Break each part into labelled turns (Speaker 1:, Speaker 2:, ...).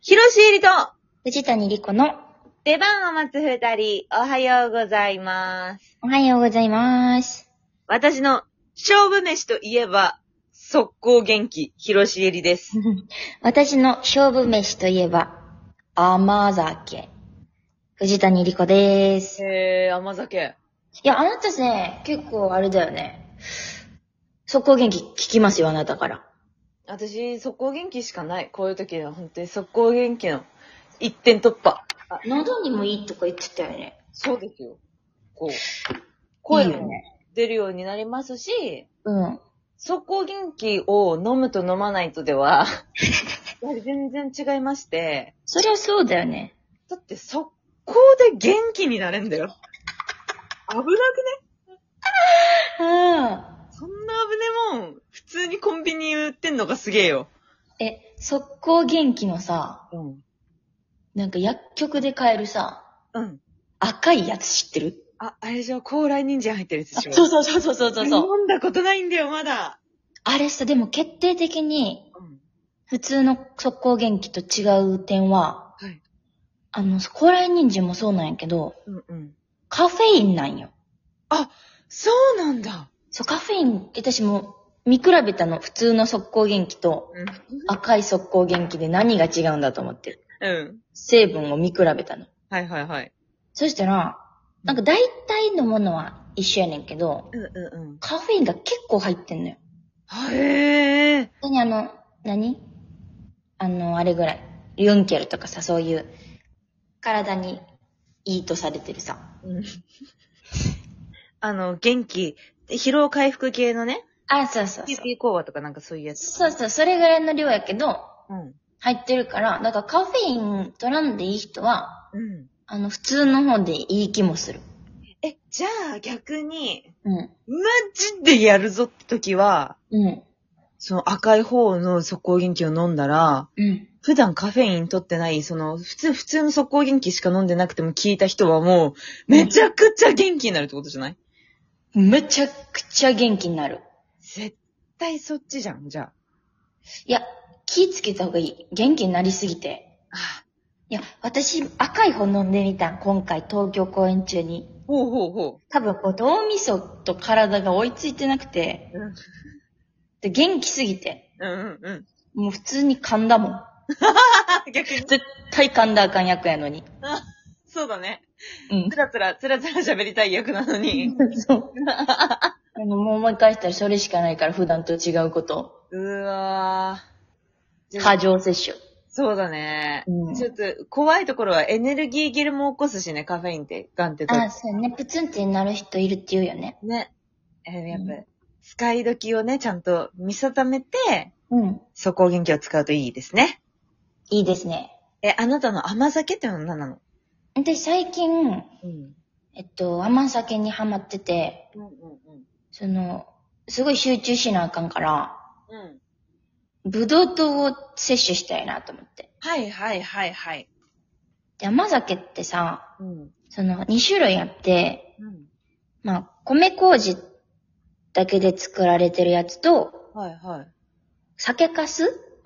Speaker 1: 広ロシエリと
Speaker 2: 藤谷莉子の
Speaker 1: 出番を待つ二人、おはようございます。
Speaker 2: おはようございます。
Speaker 1: 私の勝負飯といえば、速攻元気、広ロシエリです。
Speaker 2: 私の勝負飯といえば、甘酒。藤谷莉子です。
Speaker 1: へー、甘酒。
Speaker 2: いや、あなたね、結構あれだよね。速攻元気聞きますよ、あなたから。
Speaker 1: 私、速攻元気しかない。こういう時は本当に速攻元気の一点突破。
Speaker 2: 喉にもいいとか言ってたよね。
Speaker 1: そうですよ。こう、
Speaker 2: い
Speaker 1: 声
Speaker 2: いよ
Speaker 1: も
Speaker 2: ね。
Speaker 1: 出るようになりますし、
Speaker 2: うん。
Speaker 1: 速攻元気を飲むと飲まないとで は、やはり全然違いまして、
Speaker 2: そりゃそうだよね。
Speaker 1: だって速攻で元気になれんだよ。危なくね
Speaker 2: うん。
Speaker 1: そんな危ねもん、普通にコンビニ売ってんのがすげえよ。
Speaker 2: え、速攻元気のさ、
Speaker 1: うん。
Speaker 2: なんか薬局で買えるさ、
Speaker 1: うん。
Speaker 2: 赤いやつ知ってる
Speaker 1: あ、あれじゃ、高麗人参入ってるやつでしょ。
Speaker 2: そう
Speaker 1: う
Speaker 2: そうそうそうそうそう。
Speaker 1: 飲んだことないんだよ、まだ。
Speaker 2: あれさ、でも決定的に
Speaker 1: うん。
Speaker 2: 普通の速攻元気と違う点は、
Speaker 1: はい。
Speaker 2: あの、高麗人参もそうなんやけど、
Speaker 1: うんうん。
Speaker 2: カフェインなんよ。
Speaker 1: そうなんだ。
Speaker 2: そう、カフェイン、私も見比べたの、普通の速攻元気と
Speaker 1: うん。
Speaker 2: 赤い速攻元気で何が違うんだと思って、
Speaker 1: うん。
Speaker 2: 成分を見比べたの。
Speaker 1: はいはいはい。
Speaker 2: そしたら、なんか大体のものは一緒やねんけど、
Speaker 1: うんうんうん。
Speaker 2: カフェインが結構入ってんのよ。
Speaker 1: へえ。
Speaker 2: 本当にあの、何あの、あれぐらい。ユンケルとかさ、そういう、体にいいとされてるさ。
Speaker 1: うん。 あの、元気、疲労回復系のね、
Speaker 2: あ、そうそうそう。
Speaker 1: TP 講話とかなんかそういうやつ。
Speaker 2: そうそう、それぐらいの量やけど、
Speaker 1: うん。
Speaker 2: 入ってるから、だからカフェイン取らんでいい人は、
Speaker 1: うん。
Speaker 2: あの、普通の方でいい気もする。
Speaker 1: え、じゃあ逆に、
Speaker 2: うん。
Speaker 1: マジでやるぞって時は、
Speaker 2: うん。
Speaker 1: その赤い方の速攻元気を飲んだら、
Speaker 2: うん。
Speaker 1: 普段カフェイン取ってない、その、普通、普通の速攻元気しか飲んでなくても聞いた人はもう、めちゃくちゃ元気になるってことじゃない
Speaker 2: めちゃくちゃ元気になる。
Speaker 1: 絶対そっちじゃん、じゃ
Speaker 2: いや、気ぃつけた方がいい。元気になりすぎて。
Speaker 1: あ。あ
Speaker 2: いや、私、赤い方飲んでみたん。今回、東京公演中に。
Speaker 1: ほうほうほ
Speaker 2: 多分こう、脳みそと体が追いついてなくて、
Speaker 1: う。うん、
Speaker 2: で元気すぎて、
Speaker 1: うん、うん。
Speaker 2: もう普通に噛んだもん。
Speaker 1: あ、逆に。
Speaker 2: 絶対噛んだあかん役やのに。
Speaker 1: そうだね。
Speaker 2: うん
Speaker 1: つ。らつら、つらつら喋りたい役なのに。
Speaker 2: そう。あの、もう思い返したらそれしかないから、普段と違うこと。
Speaker 1: うわぁ。
Speaker 2: 過剰摂取。
Speaker 1: そうだね。
Speaker 2: うん
Speaker 1: ちょっと、怖いところはエネルギー切れも起こすしね、カフェインって、ガンってと。
Speaker 2: あ、そうね。プツンってなる人いるって言うよね。
Speaker 1: ね。えーやっぱ、
Speaker 2: うん
Speaker 1: 使い時をね、ちゃんと見定めて、
Speaker 2: うん。
Speaker 1: 速攻元気を使うといいですね。
Speaker 2: いいですね。
Speaker 1: え、あなたの甘酒ってのは何なの
Speaker 2: で、最近、
Speaker 1: うん。
Speaker 2: えっと、甘酒にハマってて、
Speaker 1: うんうん
Speaker 2: その、すごい集中しなあかんから、
Speaker 1: うん。うん。
Speaker 2: ブドウ糖を摂取したいなと思って。
Speaker 1: はいはいはいはい。
Speaker 2: で、甘酒ってさ、
Speaker 1: うん。
Speaker 2: その2種類あって、
Speaker 1: うん。
Speaker 2: まあ、米麹だけで作られてるやつと、
Speaker 1: はいはい。
Speaker 2: 酒粕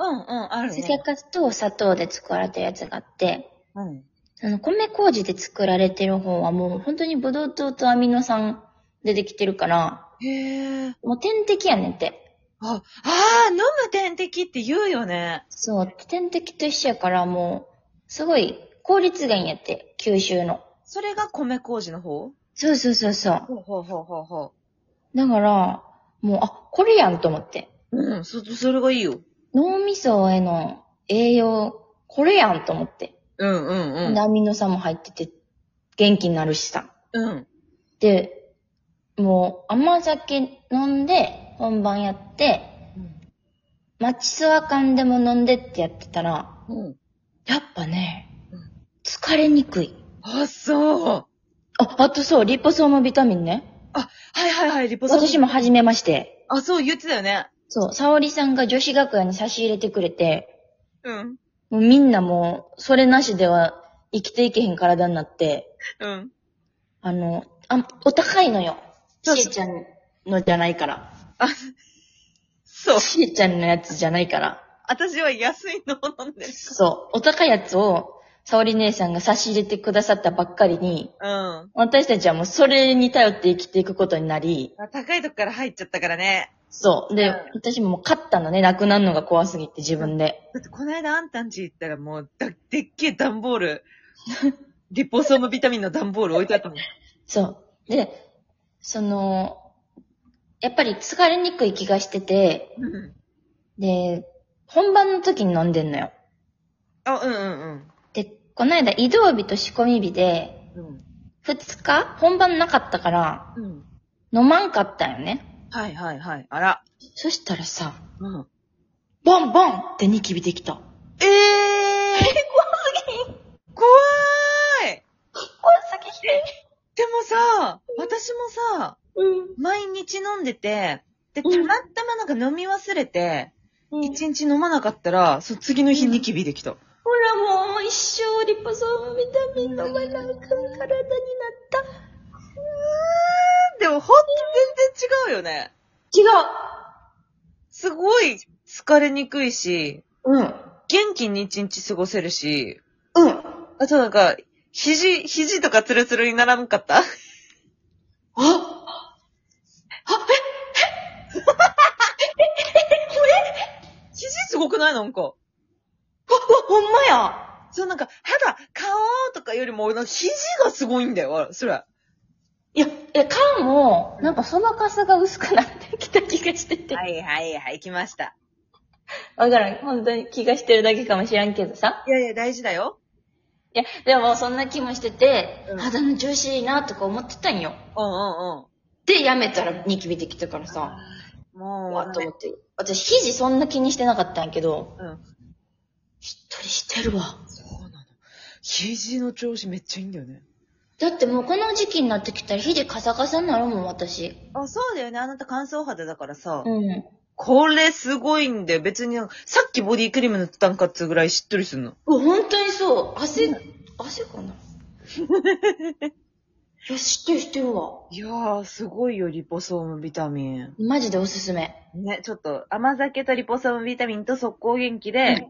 Speaker 1: うんうん、ある
Speaker 2: 酒
Speaker 1: ね。
Speaker 2: 粕と砂糖で作られてるやつがあって、
Speaker 1: うん。
Speaker 2: その米麹で作られてる方はもう本当にブドウ糖とアミノ酸でできてるから、
Speaker 1: へえ。
Speaker 2: もう点滴やねんって。
Speaker 1: あ、あー、飲む点滴って言うよね。
Speaker 2: そう、点滴と一緒やからもう、すごい効率がいいんやって、吸収の。
Speaker 1: それが米麹の方
Speaker 2: そうそうそうそう。
Speaker 1: ほうほうほうほうほ
Speaker 2: だから、もう、あ、これやんと思って。
Speaker 1: う。うん、そ、それがいいよ。
Speaker 2: 脳みそへの栄養、これやんと思って。
Speaker 1: うんうんう
Speaker 2: で、
Speaker 1: ん。
Speaker 2: アミノ酸も入ってて、元気になるしさ。
Speaker 1: うん。
Speaker 2: で、もう、甘酒飲んで、本番やって、待ちそわ感でも飲んでってやってたら、
Speaker 1: うん。
Speaker 2: やっぱね
Speaker 1: うん、
Speaker 2: 疲れにくい。
Speaker 1: あ、そう。
Speaker 2: あ、あとそう、リポソームビタミンね。
Speaker 1: はいはいはい、リポソーム。
Speaker 2: 私も初めまして。
Speaker 1: あ、そう言ってたよね。
Speaker 2: そう、沙織さんが女子学園に差し入れてくれて、
Speaker 1: うん。
Speaker 2: もうみんなもう、それなしでは生きていけへん体になって、
Speaker 1: うん。
Speaker 2: あの、あ、お高いのよ。
Speaker 1: そう
Speaker 2: しえちゃんのじゃないから。
Speaker 1: そう。
Speaker 2: しえちゃんのやつじゃないから。
Speaker 1: 私は安いのを飲んでる。
Speaker 2: そう。お高いやつを、沙織姉さんが差し入れてくださったばっかりに、
Speaker 1: うん。
Speaker 2: 私たちはもうそれに頼って生きていくことになり、
Speaker 1: 高いとこから入っちゃったからね。
Speaker 2: そう。で、
Speaker 1: うん
Speaker 2: 私ももう勝ったのね、なくなるのが怖すぎて自分で。
Speaker 1: だってこの間あんたんち行ったらもう、だでっけえ段ボー ル。リポソームビタミンの段ボール置いてあったもん。
Speaker 2: そう。で、その、やっぱり疲れにくい気がしてて、
Speaker 1: うん
Speaker 2: で、本番の時に飲んでんのよ。
Speaker 1: あ、うんうん
Speaker 2: で、この間移動日と仕込み日で、
Speaker 1: うん。
Speaker 2: 2日本番なかったから、
Speaker 1: うん。うん。
Speaker 2: 飲まんかったよね。
Speaker 1: はいはいはい。あら。
Speaker 2: そしたらさ、
Speaker 1: うん。
Speaker 2: ボンボンってニキビできた。
Speaker 1: ええー、怖すぎ怖い
Speaker 2: 怖すぎて。
Speaker 1: でもさ、私もさ、
Speaker 2: う
Speaker 1: 毎日飲んでて、で、た
Speaker 2: うん
Speaker 1: またまなんか飲み忘れて、
Speaker 2: ん。
Speaker 1: 一、日飲まなかったら、そう、次の日ニキビできた。
Speaker 2: ほらもう一生リポソームビタミン飲まない体になった。
Speaker 1: でも、ほんと全然違うよね。
Speaker 2: 違
Speaker 1: すごい疲れにくいし、
Speaker 2: ううん。
Speaker 1: 元気に一日過ごせるし、
Speaker 2: うん。
Speaker 1: あとなんか、肘、肘とかツルツルにならんかった
Speaker 2: あ
Speaker 1: 肘すごくないなんか。
Speaker 2: ほんまや
Speaker 1: そうなんか、肌、顔とかよりも、なんか肘がすごいんだよ、あれそれ。
Speaker 2: いや、え、缶も、なんかそばかすが薄くなってきた気がしてて。わ、
Speaker 1: いはいはい、来ました。
Speaker 2: からん。本当に気がしてるだけかもしらんけどさ。
Speaker 1: いやいや、大事だよ。
Speaker 2: いや、でもそんな気もしてて、
Speaker 1: うん
Speaker 2: 肌の調子いいなとか思ってたんよ。
Speaker 1: うんうんうん。
Speaker 2: で、やめたらニキビできたからさ。
Speaker 1: もう、
Speaker 2: わーっと思って。私、肘そんな気にしてなかったんやけど、
Speaker 1: うん。
Speaker 2: しっとりしてるわ。
Speaker 1: そうなの。肘の調子めっちゃいいんだよね。
Speaker 2: だってもうこの時期になってきたら肘カサカサになるもん、私。
Speaker 1: あ、そうだよね。あなた乾燥肌だからさ。
Speaker 2: うん。
Speaker 1: これすごいんだよ。別に、さっきボディクリーム塗ったんかっつうぐらいしっとりすんの。
Speaker 2: うわ本当にそう。汗、汗か ないや、しっとりしてるわ。
Speaker 1: いやー、すごいよ、リポソームビタミン。
Speaker 2: マジでおすすめ。
Speaker 1: ね、ちょっと、甘酒とリポソームビタミンと速攻元気で、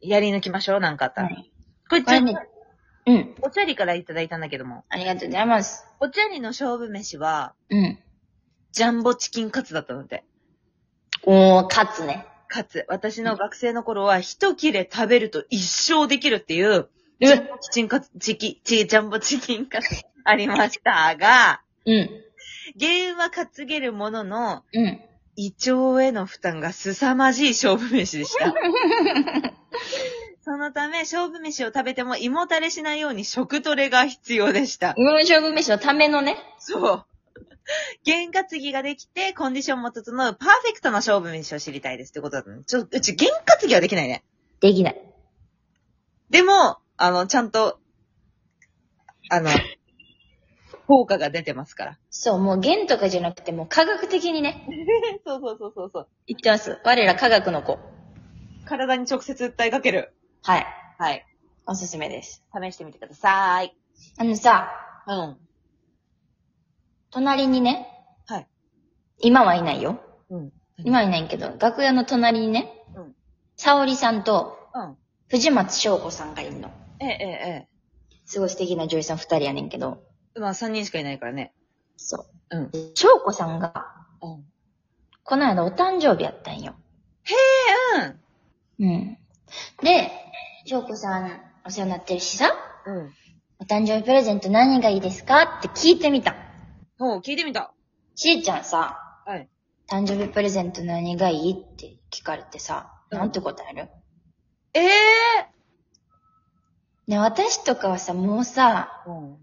Speaker 1: やり抜きましょう、なんかあったら。
Speaker 2: はい
Speaker 1: これ、ち
Speaker 2: これ
Speaker 1: ょっ
Speaker 2: ね
Speaker 1: と、
Speaker 2: うん。
Speaker 1: お茶ゃりからいただいたんだけども。
Speaker 2: ありがとうございます。
Speaker 1: お茶ゃりの勝負飯は、
Speaker 2: うん。
Speaker 1: ジャンボチキンカツだったので。
Speaker 2: おー、勝つね。
Speaker 1: カツ。私の学生の頃は、一切れ食べると一生できるっていう、
Speaker 2: うん
Speaker 1: ジャンボチキンカツ、チキ、チ、ジャンボチキンカツありましたが、
Speaker 2: うん。
Speaker 1: 原因は担げるものの、
Speaker 2: うん。
Speaker 1: 胃腸への負担が凄まじい勝負飯でした。そのため、勝負飯を食べても胃もたれしないように食トレが必要でした。
Speaker 2: 日本勝負飯のためのね。
Speaker 1: そう。験担ぎができて、コンディションも整うパーフェクトな勝負飯を知りたいですってことだったね。ちょ、うち、験担ぎはできないね。
Speaker 2: できない。
Speaker 1: でも、あの、ちゃんと、あの、効果が出てますから。
Speaker 2: そう、もう弦とかじゃなくて、もう科学的にね。
Speaker 1: そうそうそうそうそう。
Speaker 2: 言ってます。我ら科学の子。
Speaker 1: 体に直接訴えかける。
Speaker 2: はい。
Speaker 1: はい。
Speaker 2: おすすめです。
Speaker 1: 試してみてください。
Speaker 2: あのさ、
Speaker 1: うん。
Speaker 2: 隣にね、
Speaker 1: はい。
Speaker 2: 今はいないよ。
Speaker 1: うん。
Speaker 2: 今はいないけど、楽屋の隣にね、
Speaker 1: うん。
Speaker 2: 沙織さんと
Speaker 1: うん。
Speaker 2: 藤松翔子さんがいるの。
Speaker 1: えええええ
Speaker 2: すごい素敵な女優さん二人やねんけど。
Speaker 1: え。まあ、三人しかいないからね。
Speaker 2: そ
Speaker 1: うん。
Speaker 2: う。翔子さんが、
Speaker 1: うん。
Speaker 2: この間お誕生日やったんよ。
Speaker 1: うん。
Speaker 2: うん。で、翔子さんお世話になってるしさ、
Speaker 1: うん。
Speaker 2: お誕生日プレゼント何がいいですかって聞いてみた。
Speaker 1: ほう、聞いてみた。
Speaker 2: しーちゃんさ、
Speaker 1: はい。
Speaker 2: 誕生日プレゼント何がいいって聞かれてさ、
Speaker 1: うん
Speaker 2: なんて答える
Speaker 1: ええ
Speaker 2: ね、私とかはさ、もうさ、
Speaker 1: うん。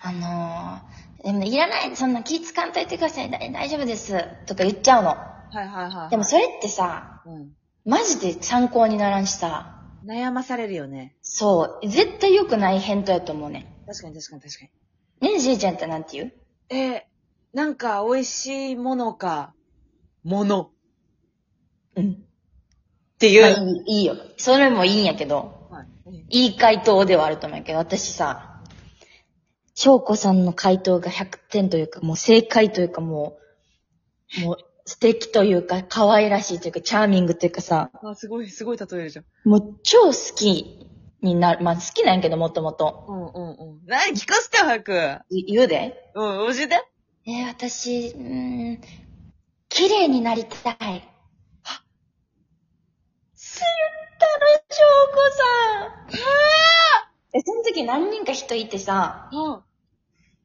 Speaker 2: あのー、でもいらない、そんな気使んといてください、大大丈夫です、とか言っちゃうの。
Speaker 1: はいはいはい。
Speaker 2: でも、それってさ、
Speaker 1: うん。
Speaker 2: マジで参考にならんしさ、
Speaker 1: 悩まされるよね。
Speaker 2: そう、絶対良くない返答やと思うね。
Speaker 1: 確かに確かに確かに。
Speaker 2: ねえ、じいちゃんってなんて言う
Speaker 1: ええなんか、美味しいものか、もの。っ
Speaker 2: うん。
Speaker 1: てい
Speaker 2: まあ
Speaker 1: う。
Speaker 2: いいいいよ。それもいいんやけど、いい回答ではあると思うんやけど、私さ、翔子さんの回答が100点というか、もう正解というか、もう、もう、素敵というか、可愛らしいというか、チャーミングというかさ、
Speaker 1: あ、すごい、すごい例えるじゃん。
Speaker 2: もう超好きになる。まあ好きなんやけど、もともと。
Speaker 1: うんうんうん。なに聞かせて、早く。
Speaker 2: い言うで。
Speaker 1: うん、教えて。
Speaker 2: えー私、うーん、綺麗になりたい。すったろ、しょうこさん。え、その時何人か人いてさ、
Speaker 1: うん。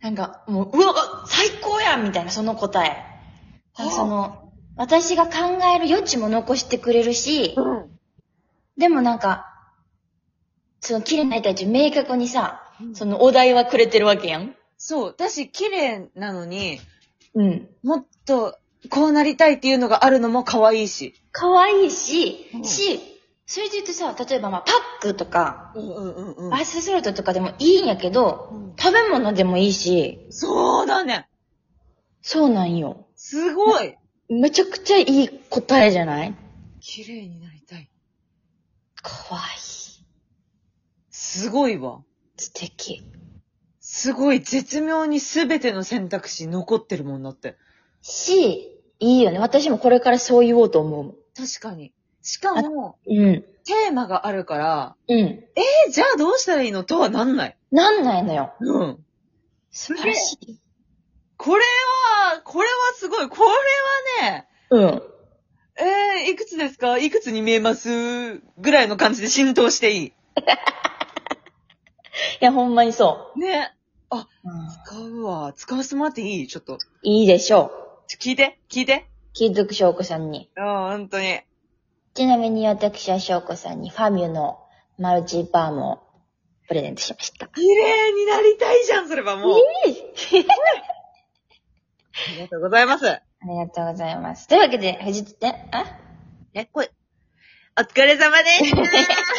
Speaker 2: なんか、もう、うわ、最高やんみたいな、その答え。
Speaker 1: はあ
Speaker 2: その、私が考える余地も残してくれるし、
Speaker 1: うん。
Speaker 2: でもなんか、その、綺麗になりたいっていう明確にさ、そ
Speaker 1: そ
Speaker 2: のお題はくれてるわけやん。
Speaker 1: そう、私、綺麗なのに、
Speaker 2: うん。
Speaker 1: もっと、こうなりたいっていうのがあるのも可愛いし。
Speaker 2: 可愛いし、
Speaker 1: うん
Speaker 2: し、それで言うとさ、例えばまあ、パックとか、
Speaker 1: うんうんうんう
Speaker 2: アイスソルトとかでもいいんやけど、食べ物でもいいし、
Speaker 1: そうだね。
Speaker 2: そうなんよ。
Speaker 1: すごい。
Speaker 2: めちゃくちゃいい答えじゃない
Speaker 1: 綺麗になりたい。
Speaker 2: 可愛い。
Speaker 1: すごいわ。
Speaker 2: 素敵。
Speaker 1: すごい、絶妙に全ての選択肢残ってるもんだって。
Speaker 2: し、いいよね。私もこれからそう言おうと思うもん。
Speaker 1: 確かに。しかも、
Speaker 2: うん。
Speaker 1: テーマがあるから、
Speaker 2: うん。
Speaker 1: え、じゃあどうしたらいいのとはなんない。
Speaker 2: なんないのよ。
Speaker 1: うん。
Speaker 2: 素晴らしい。
Speaker 1: これは、これはすごい。これはね、
Speaker 2: うん。
Speaker 1: えー、いくつですかいくつに見えますぐらいの感じで浸透してい
Speaker 2: いや、ほんまにそ
Speaker 1: い。ね。
Speaker 2: う。
Speaker 1: 使うわ。使わせてもらっていいちょっと。
Speaker 2: いいでしょ
Speaker 1: ちょ聞いて聞いて
Speaker 2: う。聞いとくしょうこさんに。
Speaker 1: うん、本当に。
Speaker 2: ちなみに私は翔子さんにファミュのマルチバームをプレゼントしました。
Speaker 1: 綺麗になりたいじゃん、それはもう。ありがとうございます。
Speaker 2: ありがとうございます。というわけで、藤田、あ
Speaker 1: え、こい。お疲れ様でした。